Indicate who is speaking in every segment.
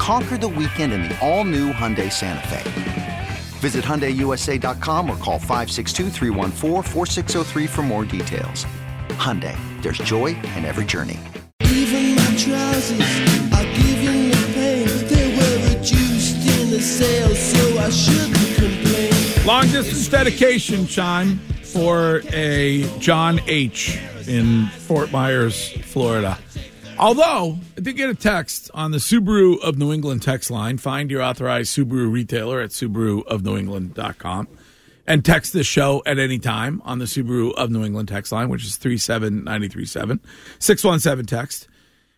Speaker 1: Conquer the weekend in the all new Hyundai Santa Fe. Visit HyundaiUSA.com or call 562-314-4603 for more details. Hyundai, there's joy in every journey.
Speaker 2: Even my trousers are giving me pain. They were reduced in the sale, so I shouldn't complain.
Speaker 3: Long distance dedication chime for a John H. in Fort Myers, Florida. Although I did get a text on the Subaru of New England text line. Find your authorized Subaru retailer at subaruofnewengland.com and text the show at any time on the Subaru of New England text line, which is 37937 617 text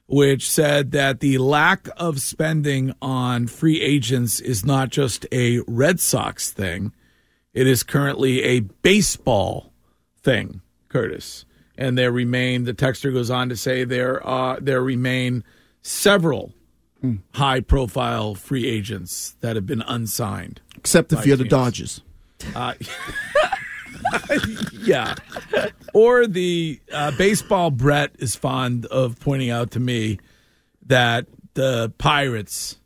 Speaker 3: which said that the lack of spending on free agents is not just a Red Sox thing. It is currently a baseball thing, Curtis. And there remain, the texter goes on to say there uh, there remain several high profile free agents that have been unsigned.
Speaker 4: Except if
Speaker 3: By
Speaker 4: you're the
Speaker 3: teams.
Speaker 4: Dodgers.
Speaker 3: Uh, Yeah. or the uh, baseball Brett is fond of pointing out to me that the Pirates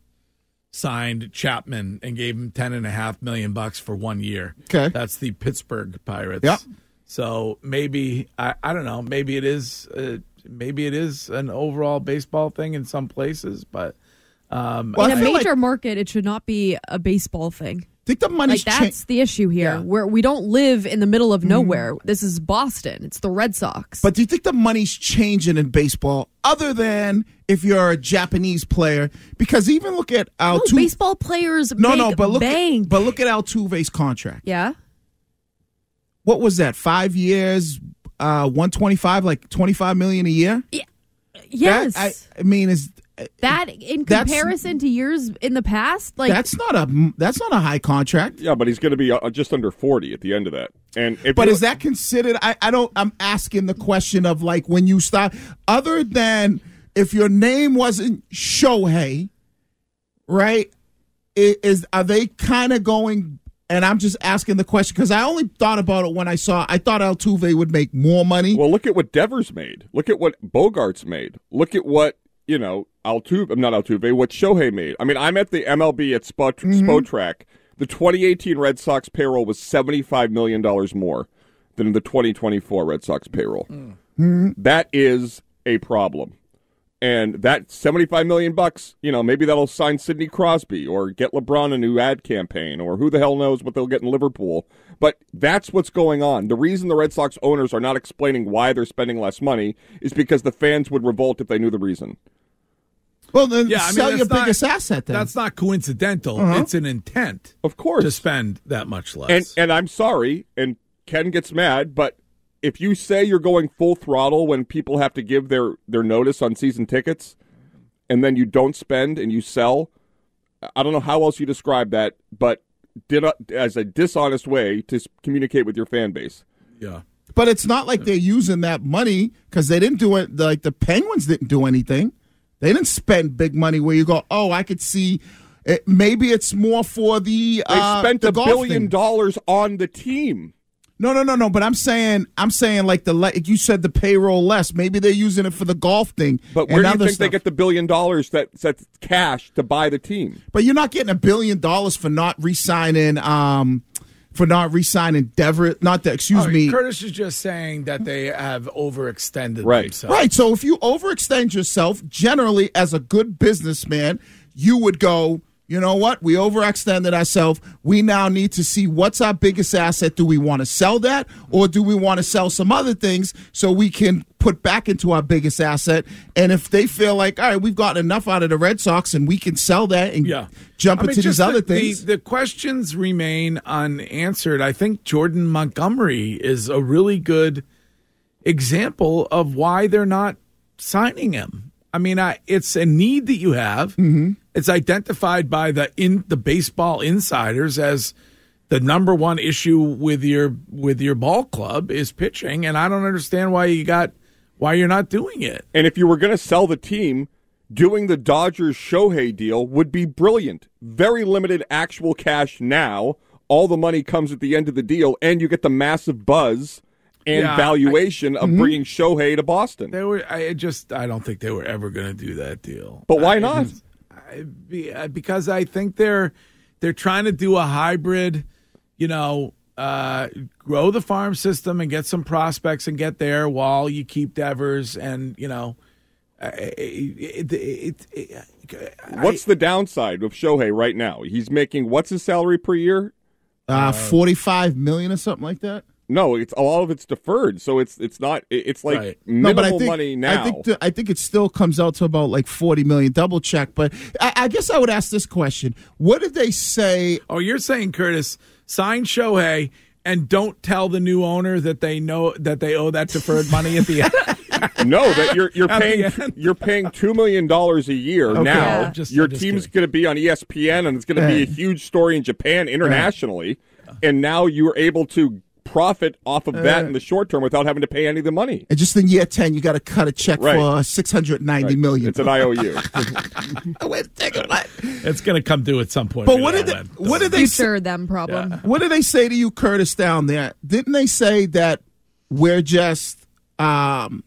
Speaker 3: signed Chapman and gave him ten and a half million bucks for one year.
Speaker 4: Okay.
Speaker 3: That's the Pittsburgh Pirates.
Speaker 4: Yep.
Speaker 3: So maybe I, I don't know. Maybe it is uh, maybe it is an overall baseball thing in some places, but um,
Speaker 4: Well,
Speaker 5: in
Speaker 4: I
Speaker 5: a
Speaker 4: feel like-
Speaker 5: major market, it should not be a baseball thing.
Speaker 4: think the
Speaker 5: Like
Speaker 4: money's Mm-hmm.
Speaker 5: that's
Speaker 4: changed.
Speaker 5: the issue here,
Speaker 3: Yeah.
Speaker 5: where we don't live in the middle of nowhere. This is Boston. It's the Red Sox.
Speaker 4: But do you think the money's changing in baseball other than if you're a Japanese player? Because even look at
Speaker 5: no,
Speaker 4: Altuve.
Speaker 5: baseball players
Speaker 4: no,
Speaker 5: make
Speaker 4: no, but look,
Speaker 5: bank.
Speaker 4: but look at Altuve's contract.
Speaker 5: yeah,
Speaker 4: What was that? Five years, uh, 125, like 25 million a year?
Speaker 5: yes,
Speaker 4: That, I, I mean, is
Speaker 5: that in
Speaker 4: That's-
Speaker 5: comparison to years in the past, like
Speaker 4: that's not a that's not a high contract.
Speaker 6: Yeah, but he's going to be uh, just under 40 at the end of that. And if
Speaker 4: But
Speaker 6: you-
Speaker 4: is that considered? I, I don't. I'm asking the question of like when you start, other than if your name wasn't Shohei, right? i- Is are they kind of going? And I'm just asking the question because I only thought about it when I saw. I thought Altuve would make more money.
Speaker 6: Well, look at what Devers made. Look at what Bogarts made. Look at what, you know, Altuve, not Altuve, what Shohei made. I mean, I'm at the MLB at Spo,
Speaker 4: Mm-hmm.
Speaker 6: Spotrac. The 2018 Red Sox payroll was $75 million more than the 2024 Red Sox payroll.
Speaker 4: Mm.
Speaker 6: That is a problem. And that 75 million bucks, you know, maybe that'll sign Sidney Crosby or get LeBron a new ad campaign or who the hell knows what they'll get in Liverpool. But that's what's going on. The reason the Red Sox owners are not explaining why they're spending less money is because the fans would revolt if they knew the reason.
Speaker 4: Well, then
Speaker 3: yeah, I mean,
Speaker 4: sell your
Speaker 3: that's not-
Speaker 4: biggest asset. Then Uh-huh.
Speaker 3: that's not coincidental. It's an intent
Speaker 6: Of course.
Speaker 3: to spend that much less.
Speaker 6: And and I'm sorry, and Ken gets mad, but if you say you're going full throttle when people have to give their their notice on season tickets, and then you don't spend and you sell, I don't know how else you describe that, but did a, as a dishonest way to s- communicate with your fan base.
Speaker 3: yeah.
Speaker 4: But it's not like they're using that money because they didn't do it. Like the Penguins didn't do anything. They didn't spend big money where you go, oh, I could see. It, maybe it's more for the.
Speaker 6: They
Speaker 4: uh,
Speaker 6: spent
Speaker 4: the
Speaker 6: a
Speaker 4: golf
Speaker 6: billion
Speaker 4: thing.
Speaker 6: dollars on the team.
Speaker 4: No, no, no, no. But I'm saying, I'm saying like the like you said the payroll less. Maybe they're using it for the golf thing.
Speaker 6: But
Speaker 4: and
Speaker 6: where do you
Speaker 4: other
Speaker 6: think they
Speaker 4: stuff.
Speaker 6: get the billion dollars that that's cash to buy the team?
Speaker 4: But you're not getting a billion dollars for not re-signing. Um, for not re-signing Dever. Not that. Excuse
Speaker 3: All right,
Speaker 4: me.
Speaker 3: Oh, Curtis is just saying that they have overextended
Speaker 6: Right.
Speaker 3: themselves.
Speaker 4: Right. So if you overextend yourself, generally as a good businessman, you would go, you know what? We overextended ourselves. We now need to see what's our biggest asset. Do we want to sell that or do we want to sell some other things so we can put back into our biggest asset? And if they feel like, all right, we've gotten enough out of the Red Sox and we can sell that and
Speaker 3: Yeah.
Speaker 4: jump
Speaker 3: I mean,
Speaker 4: into
Speaker 3: just
Speaker 4: these
Speaker 3: the-
Speaker 4: other
Speaker 3: the-
Speaker 4: things.
Speaker 3: The, questions remain unanswered. I think Jordan Montgomery is a really good example of why they're not signing him. I mean, I, it's a need that you have.
Speaker 4: Mm-hmm.
Speaker 3: It's identified by the in the baseball insiders as the number one issue with your with your ball club is pitching, and I don't understand why you got why you're not doing it.
Speaker 6: And if you were going to sell the team, doing the Dodgers Shohei deal would be brilliant. Very limited actual cash now. All the money comes at the end of the deal, and you get the massive buzz and
Speaker 3: Yeah, I- Mm-hmm.
Speaker 6: valuation of bringing Shohei to Boston.
Speaker 3: They were. I just. I don't think they were ever going to do that deal.
Speaker 6: But why
Speaker 3: I-
Speaker 6: not?
Speaker 3: I, be- uh, because I think they're they're trying to do a hybrid. You know, uh, grow the farm system and get some prospects and get there while you keep Devers and you know. uh, It, it, it, it,
Speaker 6: What's the downside of Shohei right now? He's making what's his salary per year?
Speaker 4: uh, 45 million or something like that.
Speaker 6: No, it's all of it's deferred, so it's it's not. it- It's like
Speaker 3: Right.
Speaker 6: minimal money now.
Speaker 4: I think, the- I think it still comes out to about like 40 million. Double check. But I, I guess I would ask this question What did they say?
Speaker 3: Oh, you're saying Curtis sign Shohei and don't tell the new owner that they know that they owe that deferred money at the end.
Speaker 6: No, that you're you're
Speaker 3: At the
Speaker 6: paying
Speaker 3: end.
Speaker 6: you're paying two million dollars a year now.
Speaker 3: Yeah. Just-
Speaker 6: Your
Speaker 3: I'm just
Speaker 6: team's
Speaker 3: kidding.
Speaker 6: going to be on E ESPN, and it's going to be a huge story in Japan internationally. And now you are able to profit off of that in the short term without having to pay any of the money.
Speaker 4: And just in year 10, you got to cut a check
Speaker 6: Right.
Speaker 4: for six hundred ninety million.
Speaker 6: It's an E IOU.
Speaker 4: Wait, take a minute.
Speaker 3: it's going to come due at some point.
Speaker 4: But
Speaker 3: We
Speaker 4: what
Speaker 3: don't
Speaker 4: did they,
Speaker 3: know when.
Speaker 4: what did they say,
Speaker 5: Future them problem.
Speaker 4: what did they say to you, Curtis, down there? Didn't they say that we're just um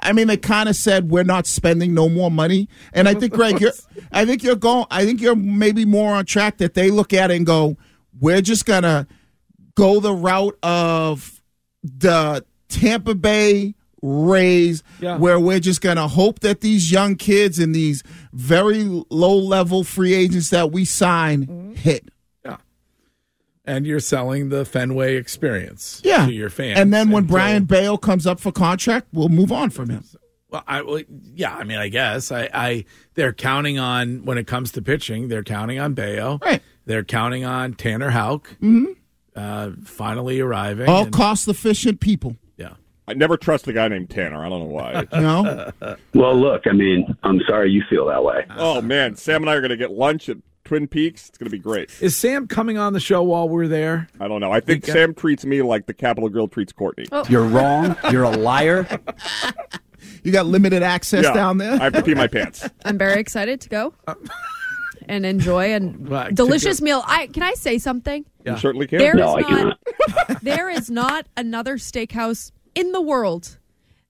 Speaker 4: I mean they kind of said we're not spending no more money. And I think Greg, you're I think you're going I think you're maybe more on track that they look at it and go, We're just gonna go the route of the Tampa Bay Rays,
Speaker 3: Yeah.
Speaker 4: where we're just going to hope that these young kids and these very low level free agents that we sign hit.
Speaker 3: and you're selling the Fenway experience
Speaker 4: Yeah.
Speaker 3: to your fans. uh,
Speaker 4: And then when
Speaker 3: until-
Speaker 4: Brian Bale comes up for contract, we'll move on from him.
Speaker 3: well, I, well, yeah, I mean, I guess I, I they're counting on when it comes to pitching, they're counting on Bayo,
Speaker 4: Right.
Speaker 3: They're counting on Tanner Houck uh, finally arriving.
Speaker 4: Mm-hmm. All
Speaker 3: and-
Speaker 4: cost efficient people.
Speaker 3: yeah,
Speaker 6: I never trust a guy named Tanner. I don't know why.
Speaker 4: You know?
Speaker 7: Well, look, I mean, I'm sorry you feel that way.
Speaker 6: oh man, Sam and I are going to get lunch at Twin Peaks. It's going to be great.
Speaker 3: is Sam coming on the show while we're there?
Speaker 6: I don't know. I think Sam treats me like the Capitol Grill treats Courtney.
Speaker 5: Oh.
Speaker 8: You're wrong. You're a liar.
Speaker 4: you got limited access
Speaker 6: Yeah.
Speaker 4: down there.
Speaker 6: I have to pee my pants.
Speaker 5: I'm very excited to go and enjoy a
Speaker 3: Well, I
Speaker 5: delicious
Speaker 3: could
Speaker 5: meal. I can I say something?
Speaker 6: You certainly can.
Speaker 5: There is
Speaker 7: No, I
Speaker 5: not there is not another steakhouse in the world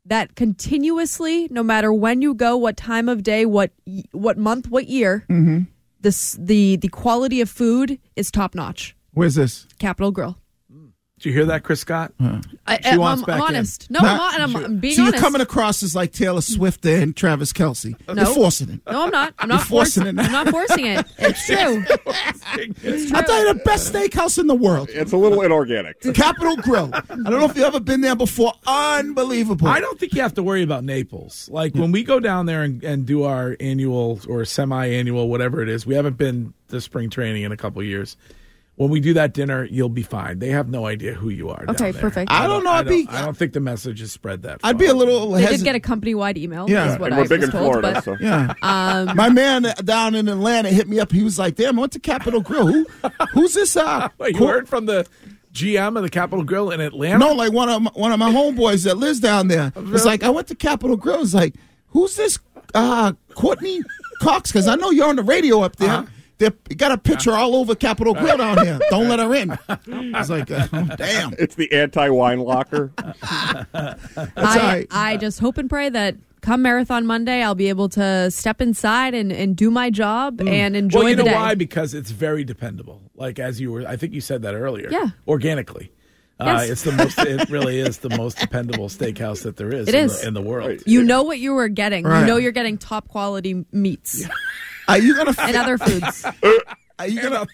Speaker 5: that continuously, no matter when you go, what time of day, what y- what month, what year, this the the quality of food is top notch.
Speaker 4: Where's this?
Speaker 5: Capital Grill.
Speaker 3: Did you hear that, Chris Scott?
Speaker 5: I,
Speaker 3: She wants
Speaker 5: I'm,
Speaker 3: back
Speaker 5: I'm
Speaker 3: in.
Speaker 5: honest. No, I'm, hon- I'm, I'm being
Speaker 4: so you're
Speaker 5: honest.
Speaker 4: coming across as like Taylor Swift and Travis Kelsey.
Speaker 5: No.
Speaker 4: You're forcing it.
Speaker 5: no, I'm not. I'm not
Speaker 4: forcing
Speaker 5: forcing
Speaker 4: it
Speaker 5: it.
Speaker 4: now.
Speaker 5: I'm not forcing it. It's true. It's
Speaker 4: I'll
Speaker 5: true.
Speaker 4: tell you the best steakhouse in the world.
Speaker 6: It's a little inorganic.
Speaker 4: Capitol Grill. I don't know if you've ever been there before. Unbelievable.
Speaker 3: I don't think you have to worry about Naples. Like when we go down there and, and do our annual or semi-annual, whatever it is, we haven't been to spring training in a couple years. When we do that dinner, you'll be fine. They have no idea who you are. down
Speaker 5: Okay,
Speaker 3: there.
Speaker 5: perfect.
Speaker 4: I don't know.
Speaker 3: I
Speaker 4: I'd be.
Speaker 3: don't, I don't think the message is spread that. Far.
Speaker 4: I'd be a little.
Speaker 5: They
Speaker 4: hesitant.
Speaker 5: did get a company wide email.
Speaker 4: Yeah,
Speaker 5: is what
Speaker 6: And
Speaker 5: I
Speaker 6: we're big
Speaker 5: was
Speaker 6: in
Speaker 5: told,
Speaker 6: Florida,
Speaker 5: but- um,
Speaker 6: so
Speaker 4: Yeah. My man down in Atlanta hit me up. He was like, "Damn, I went to Capitol Grill. Who, who's this?" Uh,
Speaker 3: Wait, you
Speaker 4: Cor-
Speaker 3: heard from the GM of the Capitol Grill in Atlanta?
Speaker 4: no, like one of my, one of my homeboys that lives down there. It's like I went to Capitol Grill. It's like, who's this? Uh, Courtney Cox? Because I know you're on the radio up there.
Speaker 3: Uh-huh.
Speaker 4: They they got a picture all over Capitol Grill down here. Don't let her in. I was like, uh,
Speaker 3: oh,
Speaker 4: damn.
Speaker 6: It's the anti-wine locker.
Speaker 4: all
Speaker 5: I,
Speaker 4: right.
Speaker 5: I just hope and pray that come Marathon Monday, I'll be able to step inside and, and do my job
Speaker 4: Mm.
Speaker 5: and enjoy
Speaker 3: Mm. well, you
Speaker 5: the
Speaker 3: know
Speaker 5: day.
Speaker 3: why? Because it's very dependable. Like as you were, I think you said that earlier.
Speaker 5: Yeah.
Speaker 3: organically. Uh,
Speaker 5: Yes.
Speaker 3: it's the most. It really is the most dependable steakhouse that there is.
Speaker 5: It
Speaker 3: in
Speaker 5: is.
Speaker 3: the, in the world.
Speaker 5: You know what you were getting.
Speaker 4: Right.
Speaker 5: You know you're getting top quality meats.
Speaker 4: Are you gonna?
Speaker 5: and other foods.
Speaker 4: Are you gonna?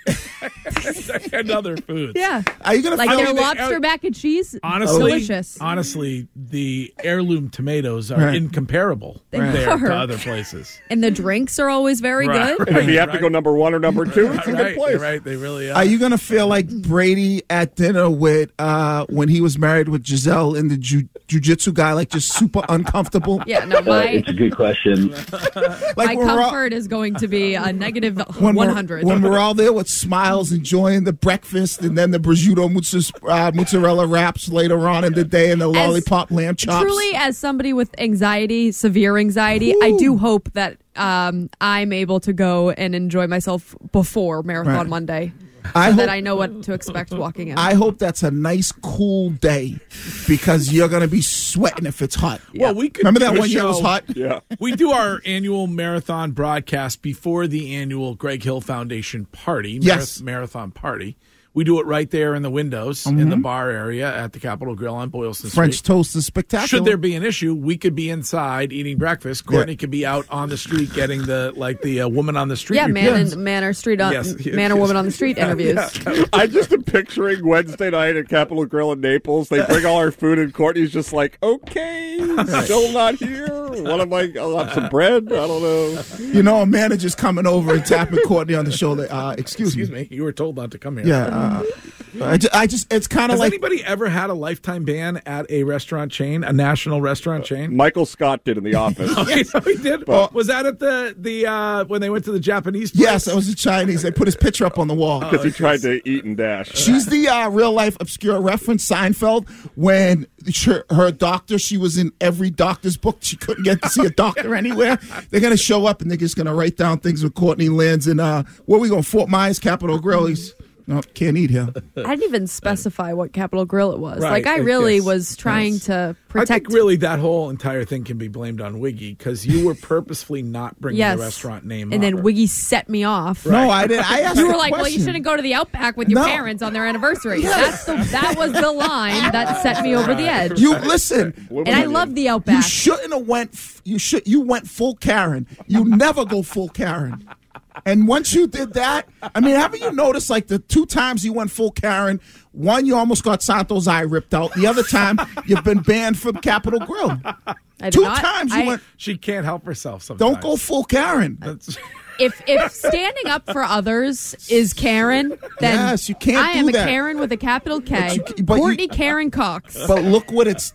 Speaker 3: and other foods.
Speaker 5: Yeah.
Speaker 4: Are you gonna?
Speaker 5: Like
Speaker 4: feel-
Speaker 5: their
Speaker 3: mean, they-
Speaker 5: lobster mac and cheese.
Speaker 3: Honestly,
Speaker 5: Delicious.
Speaker 3: honestly, the heirloom tomatoes are
Speaker 4: Right.
Speaker 3: incomparable
Speaker 5: They
Speaker 3: there
Speaker 5: are.
Speaker 3: to other places.
Speaker 5: And the drinks are always very
Speaker 3: Right.
Speaker 5: good.
Speaker 6: If you have to go number one or number two, it's a
Speaker 3: Right,
Speaker 6: good place.
Speaker 3: you're right, they really are.
Speaker 4: Are you gonna feel like Brady at dinner with uh when he was married with Giselle and the ju- jujitsu guy, like just super uncomfortable?
Speaker 5: Yeah, no,
Speaker 7: Uh,
Speaker 5: my
Speaker 7: it's a good question.
Speaker 4: Like
Speaker 5: my
Speaker 4: we're all-
Speaker 5: comfort is going to be a negative
Speaker 4: when we're-
Speaker 5: 100.
Speaker 4: when we're all there with smiles, enjoying the breakfast, and then the prosciutto mozzarella, uh, mozzarella wraps later on in the day, and the lollipop lamb chops.
Speaker 5: Truly, as somebody with anxiety, severe anxiety, I do hope that um, I'm able to go and enjoy myself before Marathon
Speaker 4: Right.
Speaker 5: Monday
Speaker 4: I
Speaker 5: so that
Speaker 4: hope,
Speaker 5: I know what to expect walking in.
Speaker 4: I hope that's a nice, cool day because you're gonna be sweating if it's hot.
Speaker 3: Well, we could
Speaker 4: remember
Speaker 3: do
Speaker 4: that
Speaker 3: a
Speaker 4: one year it was
Speaker 3: show-
Speaker 4: hot.
Speaker 6: Yeah.
Speaker 3: we do our annual marathon broadcast before the annual Greg Hill Foundation party. marath-
Speaker 4: Yes.
Speaker 3: marathon party. We do it right there in the windows in the bar area at the Capitol Grill on Boylston
Speaker 4: Mm-hmm. French
Speaker 3: Street.
Speaker 4: toast is spectacular.
Speaker 3: Should there be an issue, we could be inside eating breakfast. Courtney could be out on the street getting the like the uh, woman on the street.
Speaker 5: yeah, man
Speaker 3: report.
Speaker 5: and man or street on,
Speaker 3: Yes, yes,
Speaker 5: man or
Speaker 3: yes.
Speaker 5: woman on the street interviews.
Speaker 6: I just am picturing Wednesday night at Capitol Grill in Naples. They bring all our food, and Courtney's just like, "Okay, still not here. What am I? I'll have some bread. I don't know."
Speaker 4: You know, a manager's coming over and tapping Courtney on the shoulder. Uh, excuse,
Speaker 3: Excuse me,
Speaker 4: me.
Speaker 3: you were told not to come here.
Speaker 4: Yeah. Uh, I, just, I just, it's kind of
Speaker 3: Has
Speaker 4: like.
Speaker 3: anybody ever had a lifetime ban at a restaurant chain, a national restaurant chain?
Speaker 6: Michael Scott did in the office.
Speaker 3: I know he did.
Speaker 6: Well-
Speaker 3: Oh, was that at the the uh, when they went to the Japanese? Place?
Speaker 4: Yes, I was a Chinese. They put his picture up on the wall.
Speaker 3: Oh,
Speaker 6: Because he tried to eat and dash.
Speaker 4: She's the uh, real life obscure reference Seinfeld when her, her doctor, she was in every doctor's book. She couldn't get to see a doctor anywhere. They're going to show up and they're just going to write down things with Courtney Lands and uh, where we going? Fort Myers, Capitol Grill. He's, no, can't eat here.
Speaker 5: I didn't even specify what Capitol Grill it was.
Speaker 3: Right,
Speaker 5: like I
Speaker 3: it-
Speaker 5: really
Speaker 3: yes,
Speaker 5: was trying to
Speaker 3: I
Speaker 5: protect.
Speaker 3: think really that whole entire thing can be blamed on Wiggy because you were purposefully not bringing
Speaker 5: yes,
Speaker 3: the restaurant name up.
Speaker 5: and then Wiggy set me off.
Speaker 4: No, I didn't. I asked
Speaker 5: You
Speaker 4: the
Speaker 5: were like, well, you
Speaker 4: question.
Speaker 5: shouldn't go to the Outback with your
Speaker 4: No.
Speaker 5: parents on their anniversary. That's the, that was the line that set me over the edge.
Speaker 4: You listen.
Speaker 5: and I love the
Speaker 4: You
Speaker 5: Outback.
Speaker 4: shouldn't have went. F- you should. You went full Karen. You never go full Karen. And once you did that, I mean, haven't you noticed? Like the two times you went full Karen, one you almost got Santos' eye ripped out. The other time you've been banned from Capitol Grill.
Speaker 5: I did
Speaker 4: Two
Speaker 5: not-
Speaker 4: times you
Speaker 5: I-
Speaker 4: went.
Speaker 3: she can't help herself. Sometimes
Speaker 4: Don't go full Karen.
Speaker 5: If if standing up for others is Karen, then
Speaker 4: Yes, you can't
Speaker 5: I am
Speaker 4: do
Speaker 5: a
Speaker 4: that.
Speaker 5: Karen with a capital K.
Speaker 4: But you- but you-
Speaker 5: Courtney Karen Cox.
Speaker 4: But look what it's.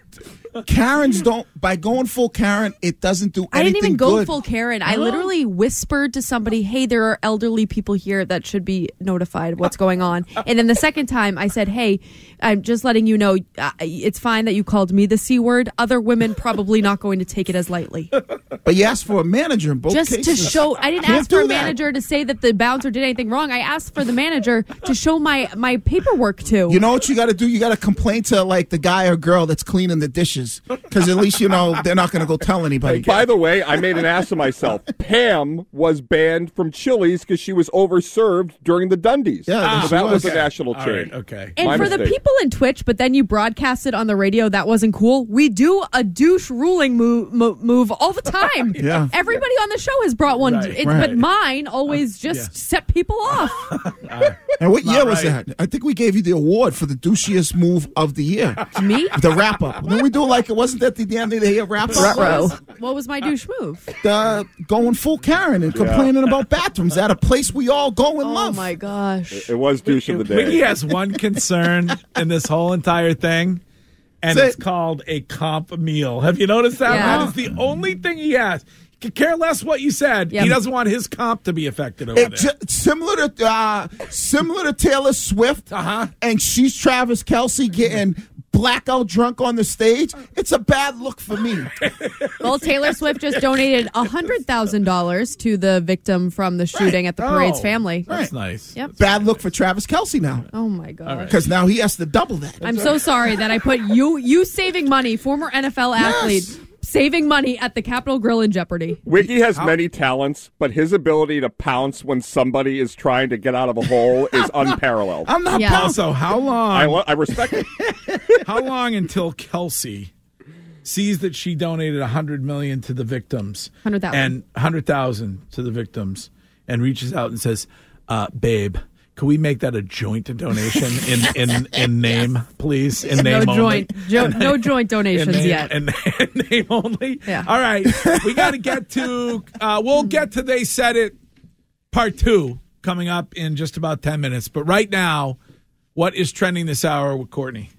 Speaker 4: Karens don't by going full Karen. It doesn't do.
Speaker 5: I didn't even
Speaker 4: anything
Speaker 5: go
Speaker 4: good.
Speaker 5: full Karen. I literally whispered to somebody, "Hey, there are elderly people here that should be notified what's going on." And then the second time, I said, "Hey, I'm just letting you know, uh, it's fine that you called me the c word. Other women probably not going to take it as lightly."
Speaker 4: But you asked for a manager in both
Speaker 5: just
Speaker 4: cases.
Speaker 5: to show i didn't
Speaker 4: Can't
Speaker 5: ask for
Speaker 4: do
Speaker 5: a
Speaker 4: that.
Speaker 5: manager to say that the bouncer did anything wrong i asked for the manager to show my my paperwork to
Speaker 4: You know what you got to do? You got to complain to like the guy or girl that's cleaning the dishes, because at least you know they're not going to go tell anybody.
Speaker 6: By the way, I made an ass of myself. Pam was banned from Chili's because she was overserved during the Dundies.
Speaker 4: Yeah,
Speaker 6: so
Speaker 4: she
Speaker 6: that was,
Speaker 4: was.
Speaker 6: a national
Speaker 3: All
Speaker 6: chain.
Speaker 3: right, okay.
Speaker 5: and
Speaker 6: my
Speaker 5: for the
Speaker 6: mistake.
Speaker 5: people in twitch but then you broadcast it on the radio that wasn't cool we do a douche ruling move, move all the time E-,
Speaker 4: Yeah.
Speaker 5: everybody on the show has brought one
Speaker 3: Right,
Speaker 5: it,
Speaker 4: right.
Speaker 5: but mine always just set people off
Speaker 4: and what year was
Speaker 3: right.
Speaker 4: that? I think we gave you the award for the douchiest move of the year.
Speaker 5: me
Speaker 4: The wrap up. When we do like it wasn't that the damn day they hear wrap
Speaker 5: what was,
Speaker 4: up?
Speaker 5: what was my douche move
Speaker 4: The going full Karen and complaining about bathrooms at a place we all go and
Speaker 5: oh
Speaker 4: love.
Speaker 5: my gosh
Speaker 6: It was douche of the day.
Speaker 3: Wiggy has one concern in this whole entire thing, and
Speaker 4: Say-
Speaker 3: it's called a comp meal. Have you noticed that?
Speaker 5: Yeah.
Speaker 3: That is the only thing he has. He could care less what you said.
Speaker 5: Yeah.
Speaker 3: He doesn't want his comp to be affected over
Speaker 4: It
Speaker 3: there.
Speaker 4: ju- similar to uh, similar to Taylor Swift,
Speaker 3: Uh-huh.
Speaker 4: and she's Travis Kelsey getting blackout drunk on the stage. It's a bad look for me.
Speaker 5: Well, Taylor Swift just donated hundred thousand dollars to the victim from the shooting at the parade's
Speaker 3: Oh,
Speaker 5: family.
Speaker 3: That's nice.
Speaker 5: Yep.
Speaker 4: bad look for Travis Kelsey now
Speaker 5: Oh my god.
Speaker 4: because now he has to double that.
Speaker 5: I'm so sorry that I put you you saving money, former NFL athlete saving money at the Capitol Grill in jeopardy.
Speaker 6: Wiggy has many talents, but his ability to pounce when somebody is trying to get out of a hole is unparalleled.
Speaker 4: I'm not
Speaker 5: Yeah.
Speaker 4: pouncing.
Speaker 3: Also, how long?
Speaker 6: I, lo- I respect it.
Speaker 3: How long until Kelsey sees that she donated a hundred million to the victims,
Speaker 5: 100,000.
Speaker 3: and hundred thousand to the victims, and reaches out and says, uh, "Babe, can we make that a joint donation in in, in name, please? In name
Speaker 5: no
Speaker 3: only."
Speaker 5: joint, jo- no joint
Speaker 3: In
Speaker 5: donations
Speaker 3: name,
Speaker 5: yet.
Speaker 3: in- in name only.
Speaker 5: Yeah.
Speaker 3: All right, we got to get to. Uh, we'll get to they said it part two coming up in just about ten minutes. But right now, what is trending this hour with Courtney?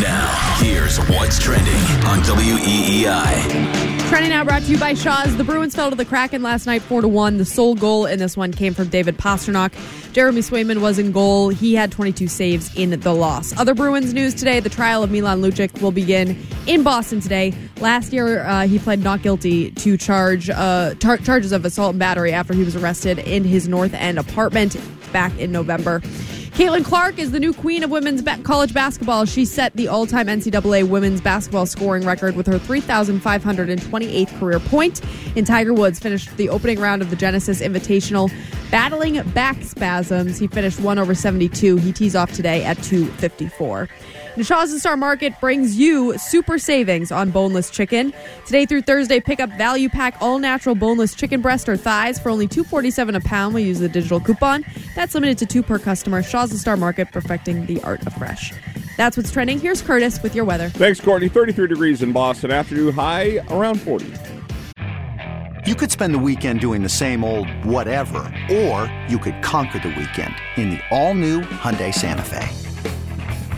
Speaker 9: Now, here's what's trending on E WEEI.
Speaker 5: Trending now brought to you by Shaw's. The Bruins fell to the Kraken last night, four to one. The sole goal in this one came from David Pasternak. Jeremy Swayman was in goal. He had 22 saves in the loss. Other Bruins news today: the trial of Milan Lucic will begin in Boston today. Last year, uh, he pled not guilty to charge uh, tar- charges of assault and battery after he was arrested in his North End apartment back in November. Caitlin Clark is the new queen of women's ba- college basketball. She set the all time NCAA women's basketball scoring record with her 3,528th career point. And Tiger Woods finished the opening round of the Genesis Invitational battling back spasms. He finished 1 over 72. He tees off today at 254. And Shaw's and Star Market brings you super savings on boneless chicken. Today through Thursday, pick up value pack all natural boneless chicken breast or thighs for only $2.47 a pound. We use the digital coupon. That's limited to two per customer. Shaw's and Star Market, perfecting the art of fresh. That's what's trending. Here's Curtis with your weather.
Speaker 6: Thanks, Courtney. 33 degrees in Boston. Afternoon high around 40.
Speaker 1: You could spend the weekend doing the same old whatever, or you could conquer the weekend in the all-new Hyundai Santa Fe.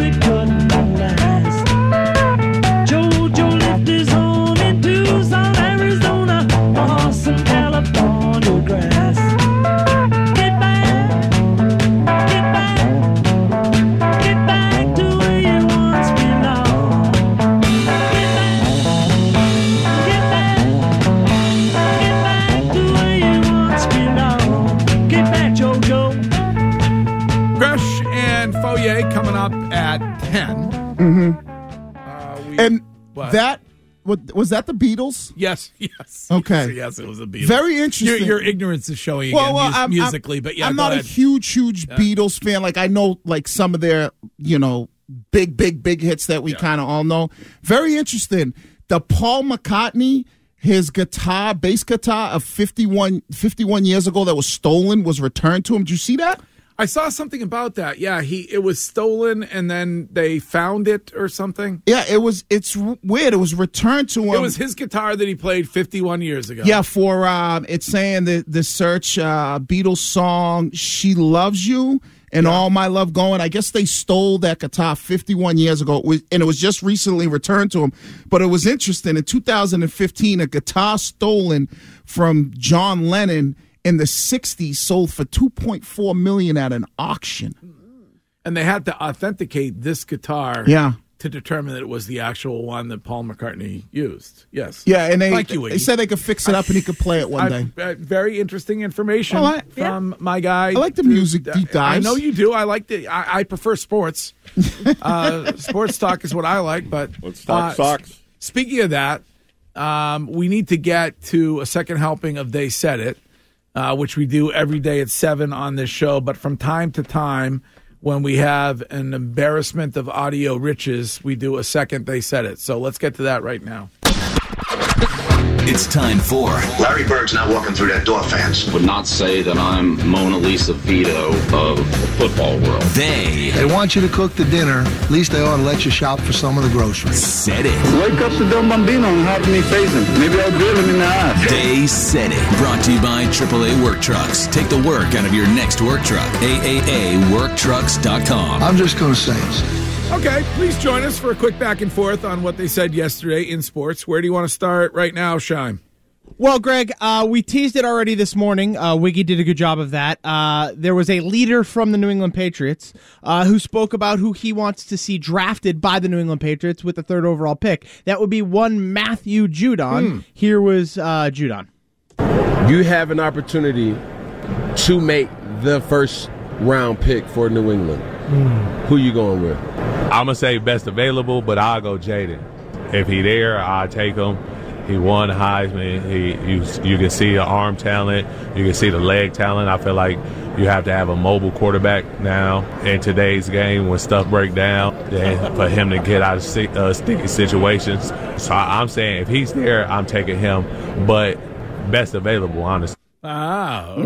Speaker 2: it couldn't last. Jojo left his home in Tucson, Arizona, for some California grass. Get back, get back, get back to where you once belonged. Get back, get back. Get back to where you once belonged. Get back, Jojo.
Speaker 3: Gresh and Foyer coming up at 10.
Speaker 4: And
Speaker 3: What?
Speaker 4: that wa- was that the Beatles?
Speaker 3: Yes, yes.
Speaker 4: Okay.
Speaker 3: Yes, yes, it was a Beatles.
Speaker 4: Very
Speaker 3: Your,
Speaker 4: interesting.
Speaker 3: your ignorance is showing again mus- musically, but yeah,
Speaker 4: I'm
Speaker 3: go
Speaker 4: not
Speaker 3: ahead.
Speaker 4: a huge, huge Beatles fan. Like I know, like some of their, you know, big, big, big hits that we kind of all know. Very interesting. The Paul McCartney, his guitar, bass guitar of 51, 51 years ago that was stolen was returned to him. Did you see that?
Speaker 3: I saw something about that. Yeah, he it was stolen and then they found it or something.
Speaker 4: Yeah, it was. It's w- weird. It was returned to him.
Speaker 3: it was his guitar that he played 51 years ago.
Speaker 4: Yeah, for um, it's saying the the search uh, Beatles song "She Loves You" and "All My Love Going." I guess they stole that guitar 51 years ago, It was- and it was just recently returned to him. But it was interesting. In 2015, a guitar stolen from John Lennon in the 60s sold for 2.4 million at an auction.
Speaker 3: and they had to authenticate this guitar.
Speaker 4: Yeah.
Speaker 3: to determine that it was the actual one that Paul McCartney used. Yes.
Speaker 4: Yeah, and they
Speaker 3: Thank you,
Speaker 4: they
Speaker 3: Iggy.
Speaker 4: said they could fix it up and he could play it one
Speaker 3: I-
Speaker 4: day.
Speaker 3: uh, very interesting information
Speaker 4: Well, I-
Speaker 3: from my guy. I
Speaker 4: like the music deep
Speaker 3: I
Speaker 4: dives.
Speaker 3: know you do. I like the. I, I prefer sports. uh, sports talk is what I like. But
Speaker 6: Let's talk
Speaker 3: uh,
Speaker 6: socks.
Speaker 3: Speaking of that, um, we need to get to a second helping of They Said It, uh, which we do every day at 7 on this show. But from time to time, when we have an embarrassment of audio riches, we do a second They Said It. So let's get to that right now.
Speaker 9: It's time for
Speaker 10: Larry Bird's not walking through that door, fans.
Speaker 11: Would not say that I'm Mona Lisa Vito of the football world.
Speaker 9: They
Speaker 12: They want you to cook the dinner. At least they ought to let you shop for some of the groceries.
Speaker 9: said it.
Speaker 12: Wake up the dumb bambino and have me face him. Maybe I'll grill him in the eye.
Speaker 9: They said it. Brought to you by AAA Work Trucks. Take the work out of your next work truck. AAAWorkTrucks.com.
Speaker 12: I'm just going to say this.
Speaker 3: Okay, please join us for a quick back and forth on what they said yesterday in sports. Where do you want to start right now, Shime?
Speaker 13: Well, Greg, uh, we teased it already this morning. Uh, Wiggy did a good job of that. Uh, there was a leader from the New England Patriots uh, who spoke about who he wants to see drafted by the New England Patriots with the third overall pick. That would be one Matthew Judon.
Speaker 14: Hmm.
Speaker 13: Here was uh, Judon.
Speaker 14: You have an opportunity to make the first round pick for New England. Who you going with?
Speaker 15: I'm gonna Hmm. say best available, but I'll go Jaden. If he there, I take him. He won Heisman. He you you can see the arm talent, you can see the leg talent. I feel like you have to have a mobile quarterback now in today's game when stuff break down, and for him to get out of si- uh, sticky situations. So I, I'm saying if he's there, I'm taking him. But best available, honestly.
Speaker 3: Ah,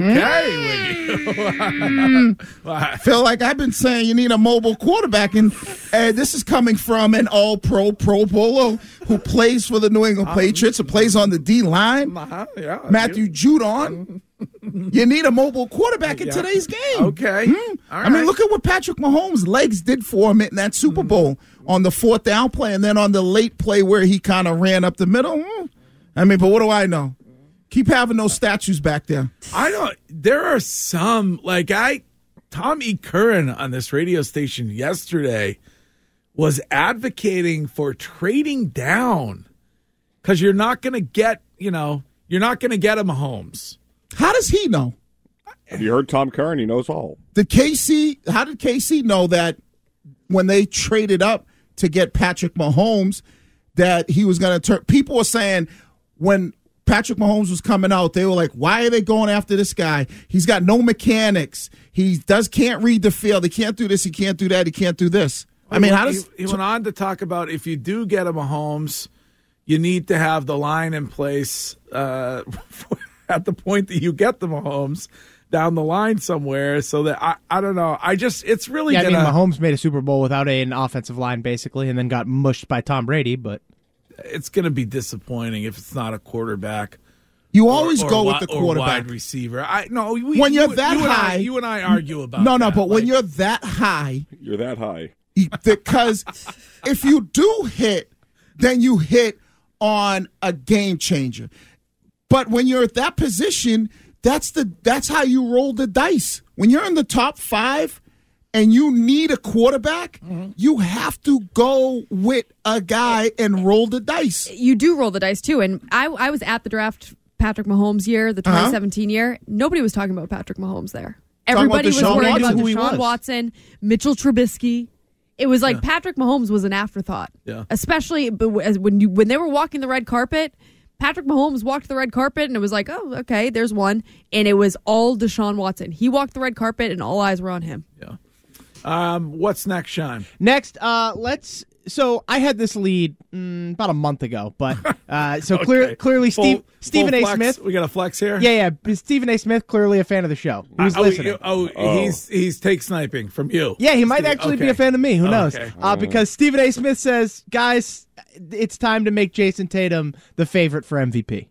Speaker 4: Feel like I've been saying you need a mobile quarterback, and uh, this is coming from an All-Pro Pro Bowler who plays for the New England Patriots, who plays on the D line.
Speaker 3: Uh-huh. yeah,
Speaker 4: Matthew Judon. You need a mobile quarterback in
Speaker 3: Yeah.
Speaker 4: today's game.
Speaker 3: Okay.
Speaker 4: Hmm.
Speaker 3: All
Speaker 4: I mean,
Speaker 3: right. Mm-hmm.
Speaker 4: look at what Patrick Mahomes' legs did for him in that Super Bowl on the fourth down play, and then on the late play where he kind of ran up the middle. Hmm. I mean, but what do I know? Keep having those statues back there.
Speaker 3: I don't. There are some like I, Tom E. Curran on this radio station yesterday was advocating for trading down because you're not going to get you know you're not going to get a Mahomes.
Speaker 4: How does he know?
Speaker 6: Have you heard Tom Curran? He knows all.
Speaker 4: Did KC? How did KC know that when they traded up to get Patrick Mahomes, that he was going to turn? People were saying when Patrick Mahomes was coming out, they were like, "Why are they going after this guy? He's got no mechanics. He does can't read the field. He can't do this. He can't do that. He can't do this." I mean, how
Speaker 3: He-
Speaker 4: does
Speaker 3: he, went on to talk about if you do get a Mahomes, you need to have the line in place uh, at the point that you get the Mahomes down the line somewhere, so that I I don't know. I just it's really
Speaker 13: Yeah, I mean,
Speaker 3: gonna
Speaker 13: Mahomes made a Super Bowl without an offensive line, basically, and then got mushed by Tom Brady, but.
Speaker 3: it's gonna be disappointing if it's not a quarterback.
Speaker 4: you
Speaker 3: or-
Speaker 4: always
Speaker 3: or
Speaker 4: go with
Speaker 3: wi-
Speaker 4: the
Speaker 3: or
Speaker 4: quarterback?
Speaker 3: wide receiver. I no. We,
Speaker 4: when
Speaker 3: you-
Speaker 4: you're that
Speaker 3: you and I-
Speaker 4: high,
Speaker 3: you and I argue about
Speaker 4: no, no.
Speaker 3: that,
Speaker 4: But when
Speaker 3: like-
Speaker 4: you're that high,
Speaker 6: You're that high.
Speaker 4: because if you do hit, then you hit on a game changer. But when you're at that position, that's the that's how you roll the dice. When you're in the top five and you need a quarterback, you have to go with a guy and roll the dice.
Speaker 5: You do roll the dice too. And I, I was at the draft Patrick Mahomes year, the
Speaker 4: Uh-huh.
Speaker 5: 2017 year. Nobody was talking about Patrick Mahomes there.
Speaker 4: Talking about
Speaker 5: Everybody was
Speaker 4: Deshaun
Speaker 5: worried about
Speaker 4: Watson. Who he
Speaker 5: Deshaun
Speaker 4: was.
Speaker 5: Watson, Mitchell Trubisky. It was like
Speaker 4: Yeah.
Speaker 5: Patrick Mahomes was an afterthought,
Speaker 4: Yeah.
Speaker 5: especially b- as- when you when they were walking the red carpet. Patrick Mahomes walked the red carpet, and it was like, oh, okay, there's one, and it was all Deshaun Watson. He walked the red carpet, and all eyes were on him.
Speaker 3: um, what's next, Sean?
Speaker 13: Next, uh, let's. So I had this lead mm, about a month ago, but uh, so clear,
Speaker 3: Okay.
Speaker 13: clearly
Speaker 3: Full-
Speaker 13: Steve, Stephen
Speaker 3: full
Speaker 13: A.
Speaker 3: flex.
Speaker 13: Smith.
Speaker 3: We got a flex here.
Speaker 13: Yeah, yeah. but Stephen A. Smith clearly a fan of the show. He was
Speaker 3: oh,
Speaker 13: listening.
Speaker 3: oh, he's he's take sniping from you.
Speaker 13: yeah, he might actually be a fan of me. Who knows?
Speaker 3: Okay.
Speaker 13: Uh, because Stephen A. Smith says, guys, it's time to make Jason Tatum the favorite for MVP.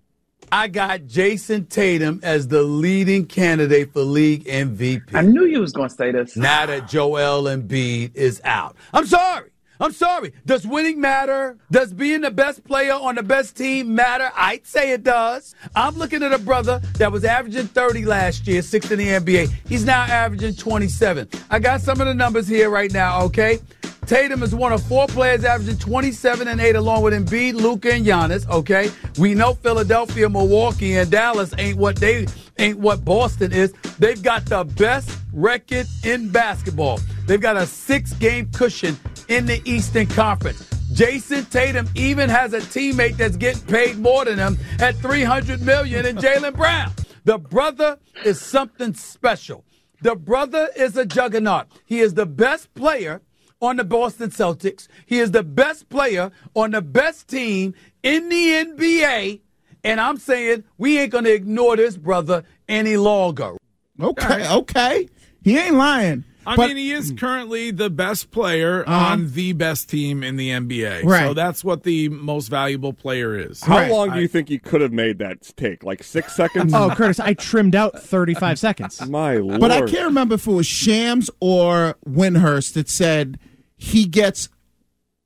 Speaker 16: I got Jason Tatum as the leading candidate for league MVP. I knew you was going to say this. Now that Joel Embiid is out. I'm sorry. I'm sorry. Does winning matter? Does being the best player on the best team matter? I'd say it does. I'm looking at a brother that was averaging 30 last year, sixth in the NBA. He's now averaging 27. I got some of the numbers here right now, okay? Tatum is one of four players averaging 27 and 8, along with Embiid, Luca, and Giannis. Okay, we know Philadelphia, Milwaukee, and Dallas ain't what they ain't what Boston is. They've got the best record in basketball. They've got a six-game cushion in the Eastern Conference. Jason Tatum even has a teammate that's getting paid more than him at 300 million, and Jalen Brown. The brother is something special. The brother is a juggernaut. He is the best player on the Boston Celtics. He is the best player on the best team in the NBA, And I'm saying we ain't going to ignore this brother any longer.
Speaker 4: Okay, okay. He ain't lying.
Speaker 3: I
Speaker 4: But-
Speaker 3: mean, he is currently the best player on the best team in the NBA. So
Speaker 6: Right.
Speaker 3: that's what the most valuable player is.
Speaker 6: How long do you think he could have made that take? Like six seconds?
Speaker 13: Oh, Curtis, I trimmed out 35 seconds.
Speaker 6: My lord.
Speaker 4: But I can't remember if it was Shams or Winhurst that said he gets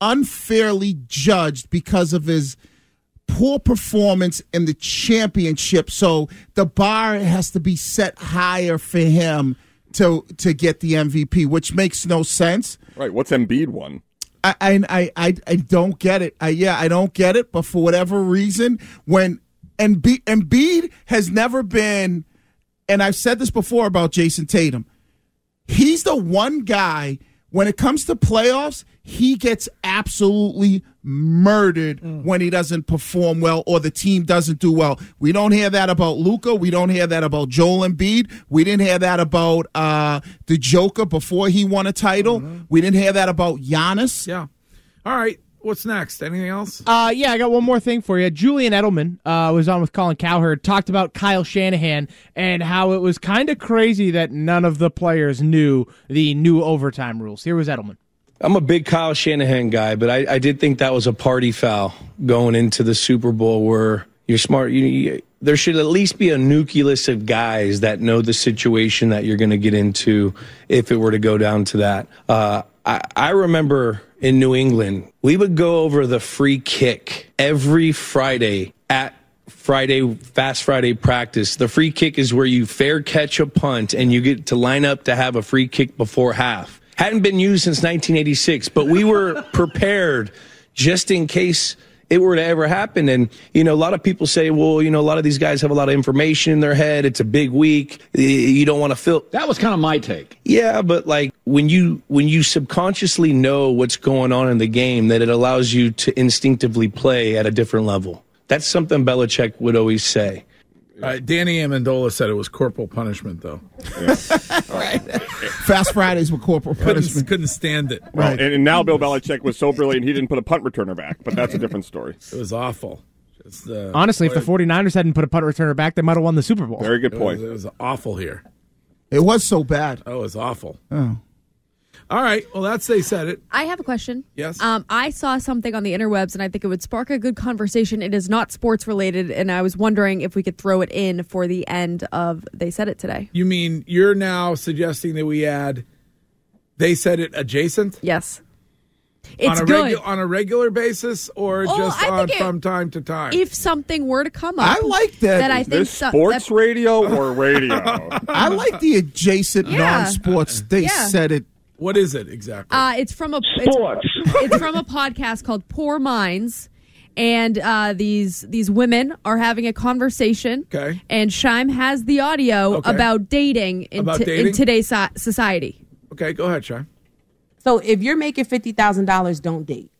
Speaker 4: unfairly judged because of his poor performance in the championship. So the bar has to be set higher for him to to get the MVP, which makes no sense.
Speaker 6: Right. What's Embiid one?
Speaker 4: I I I, I, I don't get it. I, yeah, I don't get it. But for whatever reason, when Embiid, Embiid has never been, and I've said this before about Jason Tatum, he's the one guy when it comes to playoffs, he gets absolutely murdered
Speaker 3: Mm.
Speaker 4: when he doesn't perform well or the team doesn't do well. We don't hear that about Luca. We don't hear that about Joel Embiid. We didn't hear that about uh, the Joker before he won a title. We didn't hear that about Giannis.
Speaker 3: Mm-hmm. Yeah. All right. What's next? Anything else?
Speaker 13: Uh, yeah, I got one more thing for you. Julian Edelman uh, was on with Colin Cowherd, talked about Kyle Shanahan and how it was kind of crazy that none of the players knew the new overtime rules. Here was Edelman.
Speaker 17: I'm a big Kyle Shanahan guy, but I, I did think that was a party foul going into the Super Bowl where you're smart. You, you, there should at least be a nucleus of guys that know the situation that you're going to get into if it were to go down to that. Uh, I, I remember in New England, we would go over the free kick every Friday at Friday, Fast Friday practice. The free kick is where you fair catch a punt and you get to line up to have a free kick before half. Hadn't been used since 1986, but we were prepared just in case it were to ever happen. And, you know, a lot of people say, well, you know, a lot of these guys have a lot of information in their head. It's a big week. Y- You don't want to feel. That was kind of my take. Yeah, but like when you when you subconsciously know what's going on in the game, that it allows you to instinctively play at a different level. That's something Belichick would always say.
Speaker 3: Uh, Danny Amendola said it was corporal punishment, though.
Speaker 4: Fast Fridays with corporal
Speaker 3: Couldn't, couldn't stand it.
Speaker 6: Well, and, and now Bill Belichick was so brilliant he didn't put a punt returner back, but that's a different story.
Speaker 3: It was awful. uh, It's
Speaker 6: Uh,
Speaker 3: the
Speaker 13: Honestly, if the 49ers hadn't put a punt returner back, they might have won the Super Bowl.
Speaker 6: Very good
Speaker 3: It
Speaker 6: point.
Speaker 3: was- It was, awful here.
Speaker 4: It was so bad.
Speaker 3: Oh, it was awful.
Speaker 4: Oh.
Speaker 3: All right. Well, that's they said it.
Speaker 5: I have a question.
Speaker 3: Yes.
Speaker 5: Um, I saw something on the interwebs, and I think it would spark a good conversation. It is not sports related, and I was wondering if we could throw it in for the end of they said it today.
Speaker 3: You mean you're now suggesting that we add? They said it adjacent.
Speaker 5: Yes.
Speaker 3: on
Speaker 5: It's
Speaker 3: a
Speaker 5: good.
Speaker 3: on a regular basis or
Speaker 5: Oh,
Speaker 3: just
Speaker 5: I
Speaker 3: on
Speaker 5: think it-
Speaker 3: from time to time.
Speaker 5: If something were to come up,
Speaker 3: I like that.
Speaker 5: That I
Speaker 3: Is
Speaker 5: think
Speaker 3: this
Speaker 5: so-
Speaker 6: Sports
Speaker 5: that-
Speaker 6: radio or radio?
Speaker 4: I like the adjacent
Speaker 5: Yeah.
Speaker 4: non-sports. They
Speaker 5: Yeah.
Speaker 4: said it.
Speaker 3: What is it exactly?
Speaker 5: Uh, it's from a it's-
Speaker 4: Sports.
Speaker 5: It's, from a podcast called Poor Minds, and uh, these these women are having a conversation.
Speaker 3: Okay.
Speaker 5: And Shime has the audio
Speaker 3: Okay.
Speaker 5: about dating in,
Speaker 3: About
Speaker 5: to-
Speaker 3: dating?
Speaker 5: in today's so- society.
Speaker 3: Okay, go ahead, Sean.
Speaker 18: So if you're making fifty thousand dollars, don't date.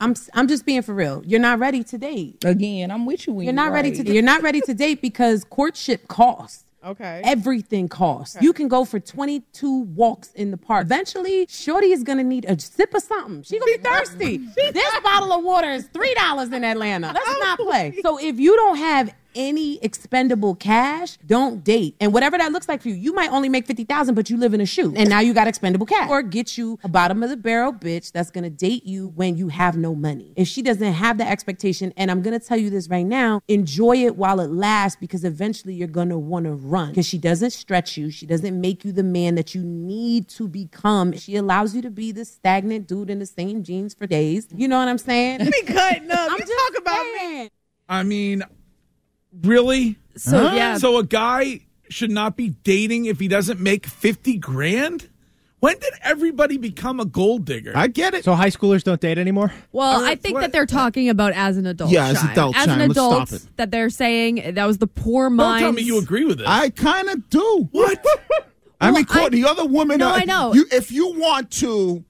Speaker 18: I'm I'm just being for real. You're not ready to date. Again, I'm with you.
Speaker 19: when
Speaker 18: You're
Speaker 19: you
Speaker 18: not ready
Speaker 19: right.
Speaker 18: to. You're not ready to date because courtship costs.
Speaker 19: Okay.
Speaker 18: Everything costs. You can go for 22 walks in the park. Eventually, Shorty is gonna need a sip of something. She gonna be thirsty. Oh this bottle of water is three dollars in Atlanta. Let's not play. So if you don't have any expendable cash, don't date. And whatever that looks like for you, you might only make fifty thousand, but you live in a shoe, and now you got expendable cash. Or get you a bottom of the barrel bitch that's gonna date you when you have no money. If she doesn't have that expectation, and I'm gonna tell you this right now, enjoy it while it lasts because eventually you're gonna wanna run because she doesn't stretch you, she doesn't make you the man that you need to become. She allows you to be the stagnant dude in the same jeans for days. You know what I'm saying?
Speaker 19: Be cutting up.
Speaker 18: I'm
Speaker 19: You
Speaker 18: just
Speaker 19: talk about me.
Speaker 18: saying.
Speaker 3: I mean, really?
Speaker 18: So, Huh? yeah.
Speaker 3: So a guy should not be dating if he doesn't make fifty grand. When did everybody become a gold digger?
Speaker 4: I get it.
Speaker 13: So high schoolers don't date anymore?
Speaker 5: Well, I think that they're talking about as an adult.
Speaker 13: Yeah, as
Speaker 5: Shime.
Speaker 13: adult,
Speaker 5: As an
Speaker 13: Shime, let's
Speaker 5: adult,
Speaker 13: stop
Speaker 4: it.
Speaker 5: that they're saying that was the poor minds.
Speaker 3: agree with it.
Speaker 4: I kind of do. What? I mean, Courtney, the other woman.
Speaker 5: No,
Speaker 4: uh,
Speaker 5: I know.
Speaker 4: You, if you want to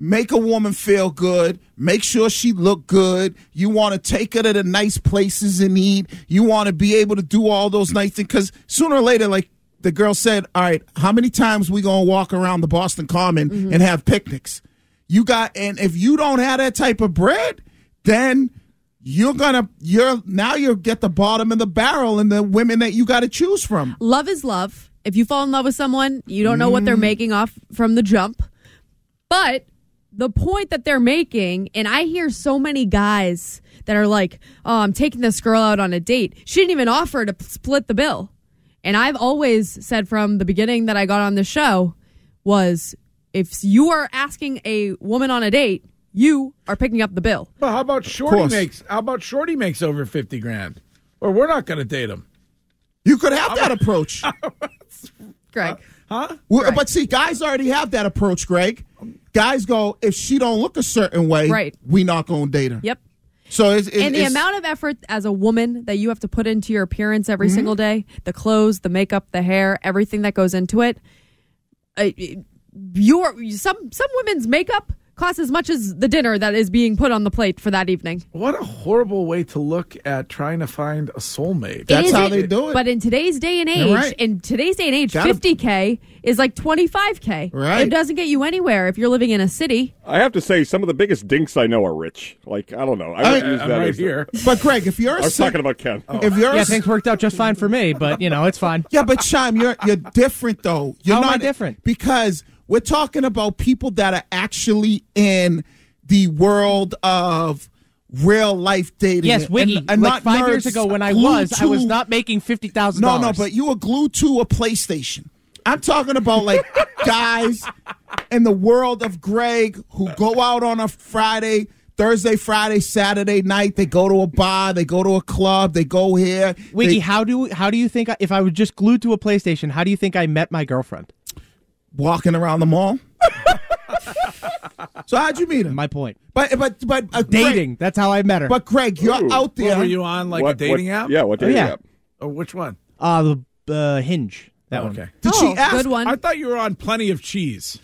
Speaker 4: make a woman feel good, make sure she look good. You want to take her to the nice places and eat. You want to be able to do all those nice things because sooner or later, like the girl said, all right, how many times we gonna walk around the Boston Common and have picnics? You got, and if you don't have that type of bread, then you're gonna you're now you get the bottom of the barrel and the women that you got to choose from.
Speaker 5: Love is love. If you fall in love with someone, you don't know what they're making off from the jump. But the point that they're making, and I hear so many guys that are like, "Oh, I'm taking this girl out on a date. She didn't even offer to split the bill." And I've always said from the beginning that I got on the show was if you are asking a woman on a date, you are picking up the bill.
Speaker 3: Well, how about Shorty makes how about Shorty makes over fifty grand, or we're not going to date him.
Speaker 4: You could have that approach,
Speaker 5: Greg.
Speaker 3: huh?
Speaker 4: Well, But see, guys already have that approach, Greg. Guys go if she don't look a certain way,
Speaker 5: Right.
Speaker 4: We not gonna date her.
Speaker 5: Yep.
Speaker 4: So it's, it-
Speaker 5: and the
Speaker 4: it's-
Speaker 5: amount of effort as a woman that you have to put into your appearance every
Speaker 4: Mm-hmm.
Speaker 5: single day the clothes the makeup the hair everything that goes into it uh, your some some women's makeup costs as much as the dinner that is being put on the plate for that evening
Speaker 3: What a horrible way to look at trying to find a soulmate.
Speaker 5: It is- But in today's day and
Speaker 3: You're
Speaker 5: age,
Speaker 3: right.
Speaker 5: in today's day and age,
Speaker 3: Gotta-
Speaker 5: fifty k is like twenty five k.
Speaker 6: Right.
Speaker 5: It doesn't get you anywhere if you're living in a city.
Speaker 6: I have to say, some of the biggest dinks I know are rich. Like I don't know. I, would use that as a-
Speaker 4: But Greg, if you're
Speaker 6: I
Speaker 4: a
Speaker 6: was
Speaker 4: sing-
Speaker 6: talking about Ken.
Speaker 4: if you're a
Speaker 13: Oh. yeah,
Speaker 4: s-
Speaker 13: things worked out just fine for me, but you know it's fine.
Speaker 4: Yeah, but Shime, you're you're different though. You're
Speaker 13: How am I
Speaker 4: not
Speaker 13: different?
Speaker 4: because we're talking about people that are actually in the world of real life dating.
Speaker 13: Yes,
Speaker 4: and-
Speaker 13: Wiggy.
Speaker 4: and, and
Speaker 13: like
Speaker 4: not
Speaker 13: five years
Speaker 4: nerds
Speaker 13: ago when I
Speaker 4: glued
Speaker 13: was, I was
Speaker 4: to-
Speaker 13: not making fifty thousand.
Speaker 4: No, no, but you were glued to a PlayStation. I'm talking about like guys in the world of Greg who go out on a Friday, Thursday, Friday, Saturday night. They go to a bar, they go to a club, they go here.
Speaker 13: Wiggy,
Speaker 4: they-
Speaker 13: how do how do you think I, if I was just glued to a PlayStation, how do you think I met my girlfriend?
Speaker 4: Walking around the mall. so how'd you meet her?
Speaker 13: My point.
Speaker 4: But but but uh,
Speaker 13: dating. That's how I met her.
Speaker 4: But Greg, you're out there.
Speaker 3: What, were you on like a dating app?
Speaker 13: Oh, yeah.
Speaker 3: Or which one?
Speaker 13: Uh, the uh, Hinge. That one.
Speaker 3: Oh, Okay.
Speaker 13: Did she ask?
Speaker 3: Good one. I thought you were on Plenty of Cheese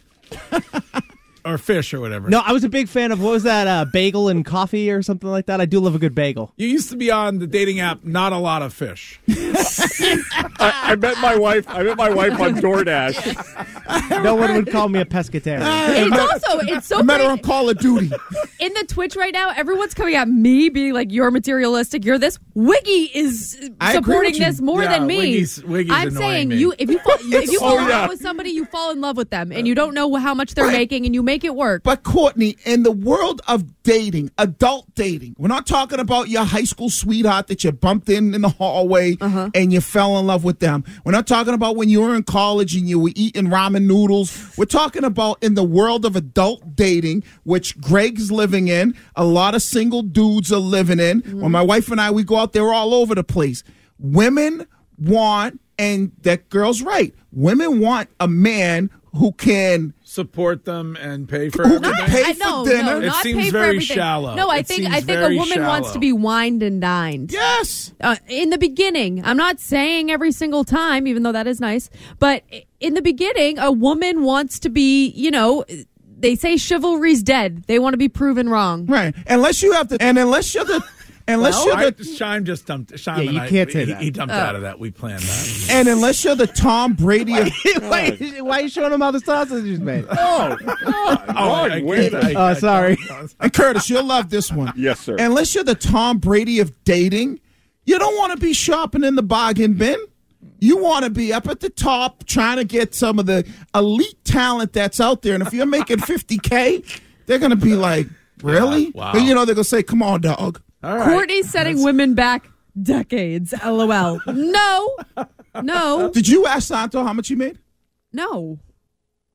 Speaker 3: or Fish or whatever.
Speaker 13: No, I was a big fan of what was that? Uh, bagel and coffee or something like that. I do love a good bagel.
Speaker 3: You used to be on the dating app. Not a lot of fish.
Speaker 6: I, I met my wife. I met my wife on DoorDash.
Speaker 13: No one would call me a
Speaker 4: Ah.
Speaker 13: pescatarian.
Speaker 5: It's also it's so
Speaker 4: met
Speaker 5: great.
Speaker 4: her on Call of Duty.
Speaker 5: in the Twitch right now, everyone's coming at me being like, "You're materialistic. You're this." Wiggy is
Speaker 3: I agree
Speaker 5: supporting
Speaker 3: with you.
Speaker 5: this more
Speaker 3: Yeah,
Speaker 5: than me.
Speaker 3: Wiggy's- Wiggy's
Speaker 5: I'm
Speaker 3: annoying
Speaker 5: saying
Speaker 3: me.
Speaker 5: you if you fall, if you
Speaker 3: Oh,
Speaker 5: fall in
Speaker 3: yeah.
Speaker 5: love with somebody, you fall in love with them, and you don't know how much they're making, and you make it work.
Speaker 4: But Courtney, in the world of dating, adult dating, we're not talking about your high school sweetheart that you bumped in in the hallway and you fell in love with them. We're not talking about when you were in college and you were eating ramen noodles. We're talking about in the world of adult dating, which Greg's living in, a lot of single dudes are living in. When my wife and I we go out there all over the place. Women want and that girl's right. Women want a man who can
Speaker 3: Support them and pay for.
Speaker 4: Who
Speaker 3: everything.
Speaker 4: can pay
Speaker 5: I-
Speaker 4: for
Speaker 5: no,
Speaker 4: dinner?
Speaker 5: no,
Speaker 3: It
Speaker 5: not
Speaker 3: seems
Speaker 5: pay
Speaker 3: very
Speaker 5: for everything.
Speaker 3: shallow.
Speaker 5: No, I
Speaker 3: It
Speaker 5: think
Speaker 3: seems
Speaker 5: I think a
Speaker 3: very
Speaker 5: woman wants
Speaker 3: shallow.
Speaker 5: to be wined and dined.
Speaker 4: Yes.
Speaker 5: Uh, in the beginning, I'm not saying every single time, even though that is nice, but i- in the beginning, a woman wants to be, you know, they say chivalry's dead. They want to be proven wrong.
Speaker 4: Right. Unless you have to, and unless you're the, unless
Speaker 3: Well, I,
Speaker 4: you're the,
Speaker 3: Shime just dumped. Shime
Speaker 4: Yeah,
Speaker 3: and
Speaker 4: you
Speaker 3: I-
Speaker 4: can't say
Speaker 3: he,
Speaker 4: that.
Speaker 3: he dumped
Speaker 4: Oh.
Speaker 3: out of that. We planned that.
Speaker 4: and unless you're the Tom Brady. Of,
Speaker 13: why, why are you showing them how the sausage is made?
Speaker 4: oh,
Speaker 13: Oh, sorry.
Speaker 4: And Curtis, you'll love this one.
Speaker 6: Yes, sir.
Speaker 4: Unless you're the Tom Brady of dating, you don't want to be shopping in the bargain bin. You want to be up at the top trying to get some of the elite talent that's out there. And if you're making 50K, they're going to be like, really?
Speaker 3: wow.
Speaker 4: You know, they're going to say, come on, dog.
Speaker 5: Courtney's setting women back decades. LOL. no, no,
Speaker 4: Did you ask Santo how much he made?
Speaker 5: no,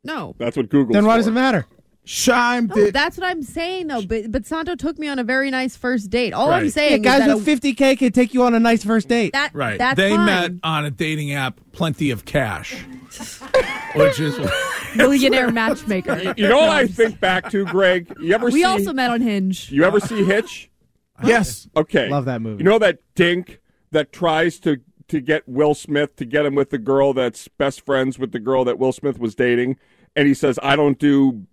Speaker 5: no.
Speaker 6: That's what Oh, Google.
Speaker 13: Then why does it matter?
Speaker 4: Shime
Speaker 5: No,
Speaker 4: did.
Speaker 5: that's what I'm saying though. But but Santo took me on a very nice first date. All I'm
Speaker 3: Right.
Speaker 13: Yeah,
Speaker 5: saying, is
Speaker 13: guys
Speaker 5: that
Speaker 13: with
Speaker 5: a-
Speaker 13: fifty k can take you on a nice first date.
Speaker 5: that
Speaker 3: Right.
Speaker 5: That's
Speaker 3: they
Speaker 5: fine.
Speaker 3: met on a dating app, Plenty of Cash, which is
Speaker 5: millionaire matchmaker.
Speaker 6: You know what I think back to, Greg? You ever
Speaker 5: we
Speaker 6: see?
Speaker 5: also met on Hinge.
Speaker 6: you ever see Hitch?
Speaker 4: Yes.
Speaker 6: Okay.
Speaker 13: Love that movie.
Speaker 6: You know that dink that tries to to get Will Smith to get him with the girl that's best friends with the girl that Will Smith was dating, and he says, "I don't do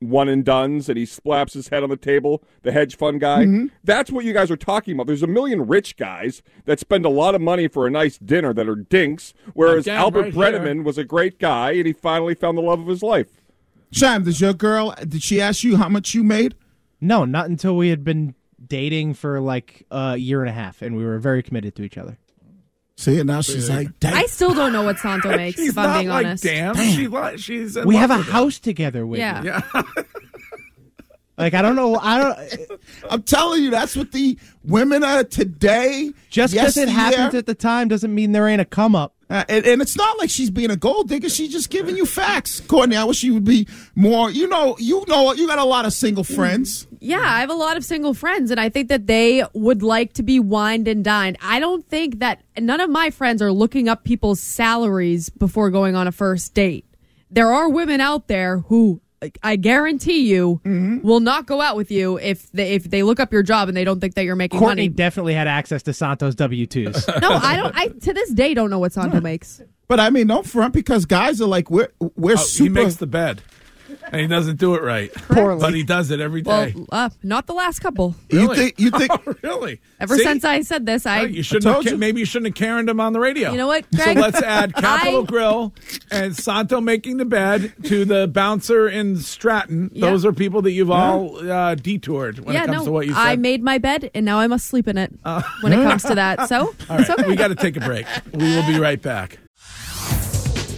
Speaker 6: one and duns," and he slaps his head on the table. The hedge fund guy.
Speaker 4: Mm-hmm.
Speaker 6: That's what you guys are talking about. There's a million rich guys that spend a lot of money for a nice dinner that are dinks, whereas
Speaker 3: Again,
Speaker 6: Albert
Speaker 3: right here.
Speaker 6: Bredeman was a great guy and he finally found the love of his life.
Speaker 4: Shime, does your girl, did she ask you how much you made?
Speaker 13: No, not until we had been dating for like a year and a half, and we were very committed to each other.
Speaker 4: See, and now she's like,
Speaker 5: I still don't know what Santo makes,
Speaker 13: She's
Speaker 5: if I'm
Speaker 13: not
Speaker 5: being
Speaker 13: like
Speaker 5: honest.
Speaker 13: damn. She
Speaker 3: she's
Speaker 13: we have a house together with.
Speaker 5: Yeah.
Speaker 13: Like I don't know. I don't.
Speaker 4: I'm telling you, that's what the women are today.
Speaker 13: Just because it happens at the time doesn't mean there ain't a come up.
Speaker 4: Uh, and, and it's not like she's being a gold digger. She's just giving you facts, Courtney. I wish you would be more. You know, you know, you got a lot of single friends.
Speaker 5: Yeah, I have a lot of single friends, and I think that they would like to be wined and dined. I don't think that none of my friends are looking up people's salaries before going on a first date. There are women out there who like, I guarantee you will not go out with you if they if they look up your job and they don't think that you're making
Speaker 13: Courtney
Speaker 5: money.
Speaker 13: definitely had access to Santos W twos.
Speaker 5: No, I don't. I to this day don't know what Santo makes.
Speaker 4: But I mean, no front because guys are like, we're we're
Speaker 3: Oh,
Speaker 4: super.
Speaker 3: He makes the bed, and he doesn't do it right.
Speaker 5: Poorly.
Speaker 3: but he does it every
Speaker 5: Well,
Speaker 3: day.
Speaker 5: uh, not the last couple.
Speaker 3: You Really? think- you think-
Speaker 5: Oh,
Speaker 3: really?
Speaker 5: Ever
Speaker 3: See?
Speaker 5: since I said this, I
Speaker 3: you shouldn't. Have, ca- Maybe you shouldn't have carried him on the radio.
Speaker 5: You know what, Greg?
Speaker 3: So let's add Capital
Speaker 5: I-
Speaker 3: Grill and Santo making the bed to the bouncer in Stratton.
Speaker 5: Yeah.
Speaker 3: Those are people that you've all uh, detoured when
Speaker 5: yeah,
Speaker 3: it comes
Speaker 5: no,
Speaker 3: to what you said. Uh,
Speaker 5: I made my bed and now I must sleep in it when it comes to that. So
Speaker 3: all right, we got to take a break. We will be right back.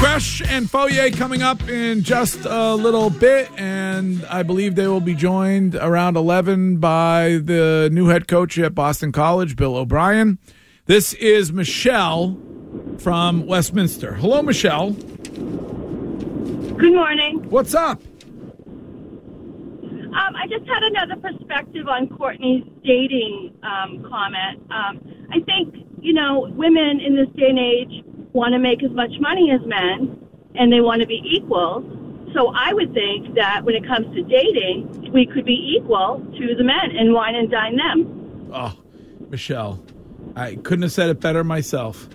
Speaker 3: Crash and Foyer coming up in just a little bit, and I believe they will be joined around 11 by the new head coach at Boston College, Bill O'Brien. This is Michelle from Westminster. Hello, Michelle.
Speaker 19: Good morning.
Speaker 3: What's up?
Speaker 19: Um, I just had another perspective on Courtney's dating um, comment. Um, I think, you know, women in this day and age want to make as much money as men and they want to be equal. So I would think that when it comes to dating, we could be equal to the men and wine and dine them.
Speaker 3: Oh, Michelle, I couldn't have said it better myself.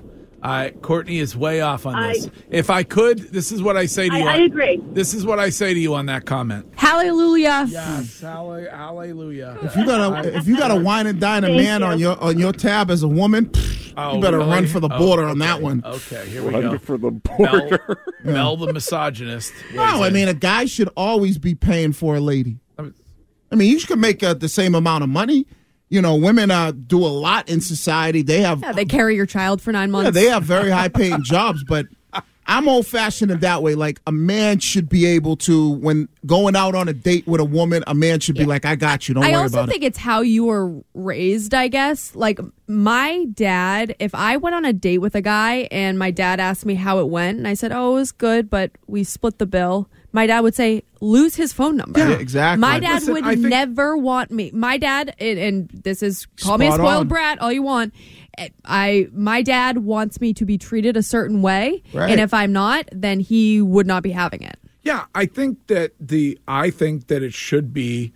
Speaker 3: I Courtney is way off on this.
Speaker 19: I-
Speaker 3: if I could, this is what I say to
Speaker 19: I-
Speaker 3: you.
Speaker 19: I agree.
Speaker 3: This is what I say to you on that comment.
Speaker 5: Hallelujah.
Speaker 3: Yes, halle- hallelujah.
Speaker 4: If you got a if you got a wine and dine a
Speaker 3: Thank
Speaker 4: man on
Speaker 3: you.
Speaker 4: your on your tab as a woman, pfft,
Speaker 3: Oh,
Speaker 4: you better
Speaker 3: really?
Speaker 4: run for the
Speaker 3: Oh,
Speaker 4: border on that
Speaker 3: okay.
Speaker 4: one.
Speaker 3: Okay, here we
Speaker 4: Run
Speaker 3: go.
Speaker 4: for the
Speaker 3: border. Mel, Mel the misogynist.
Speaker 4: No, I mean a guy should always be paying for a lady. I mean, you should make uh, the same amount of money. You know, women uh, do a lot in society. They have
Speaker 5: Yeah, they carry your child for nine months.
Speaker 4: yeah, they have very high paying jobs, but I'm old fashioned in that way. Like a man should be able to, when going out on a date with a woman, a man should be like, "I got you. Don't
Speaker 5: I
Speaker 4: worry
Speaker 5: also
Speaker 4: about
Speaker 5: think
Speaker 4: it."
Speaker 5: it's how you were raised, I guess. Like my dad, if I went on a date with a guy and my dad asked me how it went, and I said, "Oh, it was good, but we split the bill." My dad would say, "Lose his phone number."
Speaker 4: Yeah, exactly.
Speaker 5: My dad
Speaker 4: Listen,
Speaker 5: would
Speaker 4: I think-
Speaker 5: never want me. My dad, and, and this is call me a
Speaker 4: Spot
Speaker 5: spoiled
Speaker 4: on.
Speaker 5: brat all you want. Eh, I my dad wants me to be treated a certain way,
Speaker 3: Right.
Speaker 5: and if I'm not, then he would not be having it.
Speaker 3: Yeah, I think that the I think that it should be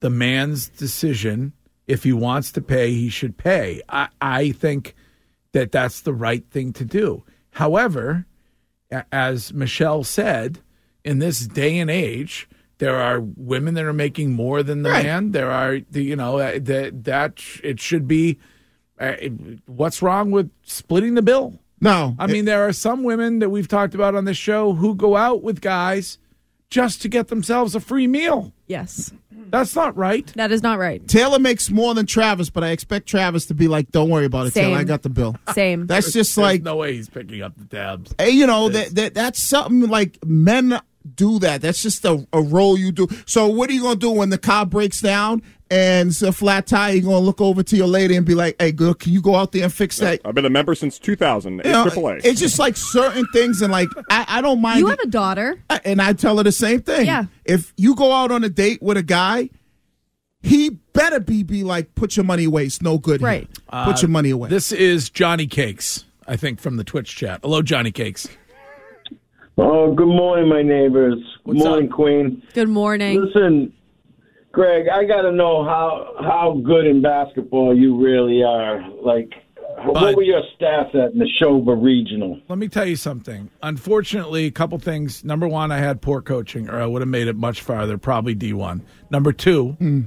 Speaker 3: the man's decision. If he wants to pay, he should pay. I, I think that that's the right thing to do. However, a- as Michelle said, in this day and age, there are women that are making more than the man. There are, the- you know, uh, that that sh- it should be. Uh, it- what's wrong with splitting the bill?
Speaker 4: No,
Speaker 3: I mean, there are some women that we've talked about on this show who go out with guys just to get themselves a free meal.
Speaker 5: Yes.
Speaker 3: That's not right.
Speaker 5: That is not right.
Speaker 4: Taylor makes more than Travis, but I expect Travis to be like, "Don't worry about it, Taylor.
Speaker 5: Same.
Speaker 4: I got the bill."
Speaker 5: Same.
Speaker 4: That's just
Speaker 3: There's
Speaker 4: like
Speaker 3: no way he's picking up the tabs.
Speaker 4: Hey, you know that, that that's something like men do that. That's just a, a role you do. So what are you gonna do when the car breaks down and it's a flat tire, you're gonna look over to your lady and be like, "Hey, girl, can you go out there and fix that?"
Speaker 6: I've been a member since 2000.
Speaker 4: You know,
Speaker 6: AAA.
Speaker 4: It's just like certain things, and like I, I don't mind.
Speaker 5: You have a daughter,
Speaker 4: and I tell her the same thing.
Speaker 5: Yeah.
Speaker 4: If you go out on a date with a guy, he better be be like, "Put your money away. It's no good. here.
Speaker 5: Right.
Speaker 4: Put your money away."
Speaker 3: Uh, This is Johnny Cakes, I think, from the Twitch chat. Hello, Johnny Cakes.
Speaker 1: Oh, good morning, my neighbors. Good morning, Queen.
Speaker 5: Good morning.
Speaker 1: Listen, Greg, I got to know how how good in basketball you really are. Like, what were your stats at Neshoba Regional?
Speaker 3: Let me tell you something. Unfortunately, a couple things. Number one, I had poor coaching, or I would have made it much farther, probably D1. Number two,
Speaker 13: Hmm.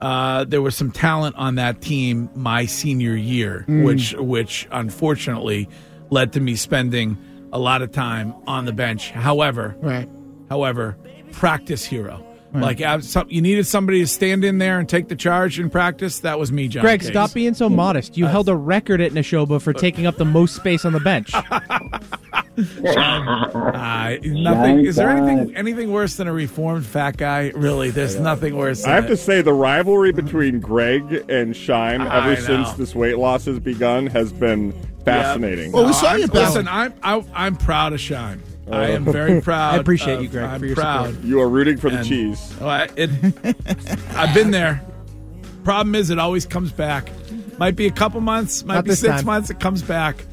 Speaker 3: uh, there was some talent on that team my senior year,
Speaker 13: Hmm.
Speaker 7: Mm.
Speaker 3: which which unfortunately led to me spending a lot of time on the bench. However,
Speaker 4: right.
Speaker 3: However, practice hero.
Speaker 13: Right.
Speaker 3: Like I, some, you needed somebody to stand in there and take the charge in practice. That was me, John.
Speaker 13: Greg,
Speaker 3: Case.
Speaker 13: stop being so modest. You held a record at Neshoba for taking up the most space on the bench.
Speaker 3: Uh, nothing. Is there anything anything worse than a reformed fat guy? Really, there's nothing worse. Than
Speaker 6: I have to
Speaker 3: it.
Speaker 6: say the rivalry between Greg and Shime
Speaker 3: I
Speaker 6: ever
Speaker 3: know.
Speaker 6: since this weight loss has begun has been fascinating.
Speaker 3: No, I'm- Listen, I'm I, I'm proud of Shime. I
Speaker 6: Oh.
Speaker 3: am very proud. of- I'm proud.
Speaker 6: You are rooting for the
Speaker 3: And-
Speaker 6: cheese.
Speaker 3: Oh, I, it, I've been there. Problem is, it always comes back. Might be a couple months, might
Speaker 13: Not
Speaker 3: be
Speaker 13: this
Speaker 3: six
Speaker 13: time.
Speaker 3: months. It comes back.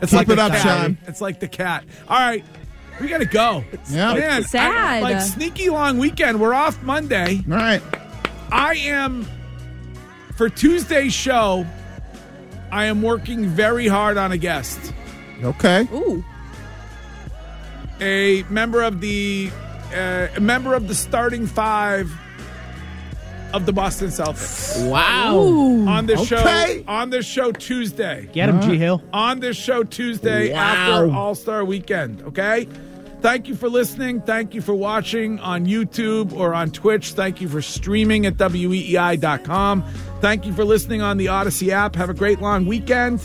Speaker 3: It's
Speaker 13: Keep
Speaker 3: like
Speaker 13: it
Speaker 3: the
Speaker 13: up,
Speaker 3: cat.
Speaker 13: Sean.
Speaker 3: It's like the cat. All right, we gotta go.
Speaker 13: Yeah.
Speaker 3: man. I-
Speaker 5: Sad.
Speaker 3: like sneaky long weekend. We're off Monday.
Speaker 4: All right.
Speaker 3: I am for Tuesday's show. I am working very hard on a guest
Speaker 4: Okay.
Speaker 5: Ooh.
Speaker 3: a member of the uh, a member of the starting five of the Boston Celtics.
Speaker 13: Wow.
Speaker 4: Ooh.
Speaker 3: On this
Speaker 4: Okay.
Speaker 3: show on this show Tuesday.
Speaker 13: Get him, G Hill.
Speaker 3: On this show Tuesday
Speaker 13: Wow.
Speaker 3: after All-Star weekend, okay? Thank you for listening. Thank you for watching on YouTube or on Twitch. Thank you for streaming at E weei.com. Thank you for listening on the Odyssey app. Have a great long weekend.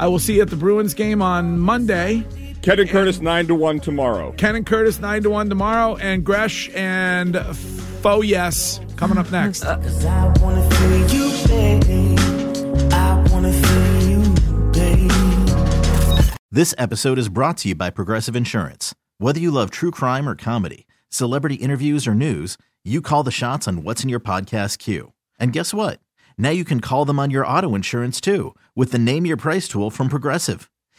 Speaker 3: I will see you at the Bruins game on Monday.
Speaker 6: Ken and Curtis nine to one tomorrow.
Speaker 3: Ken and Curtis nine to one tomorrow, and Gresh and Faux Yes coming up next.
Speaker 2: I wanna feel you, baby. I wanna feel you, baby.
Speaker 20: This episode is brought to you by Progressive Insurance. Whether you love true crime or comedy, celebrity interviews or news, you call the shots on what's in your podcast queue. And guess what? Now you can call them on your auto insurance too with the Name Your Price tool from Progressive.